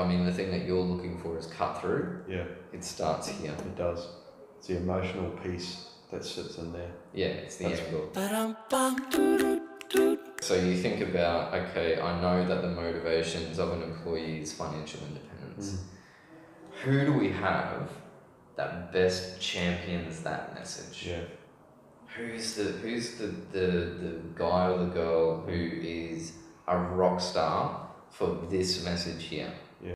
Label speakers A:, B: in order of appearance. A: I mean, the thing that you're looking for is cut through.
B: Yeah.
A: It starts here.
B: It does. It's the emotional piece that sits in there.
A: Yeah, it's the
B: That's
A: angle.
C: Ba-dum-bum.
A: So you think about, okay, I know that the motivations of an employee is financial independence.
B: Mm.
A: Who do we have that best champions that message?
B: Yeah.
A: Who's the who's the, the, the guy or the girl who is a rock star for this message here?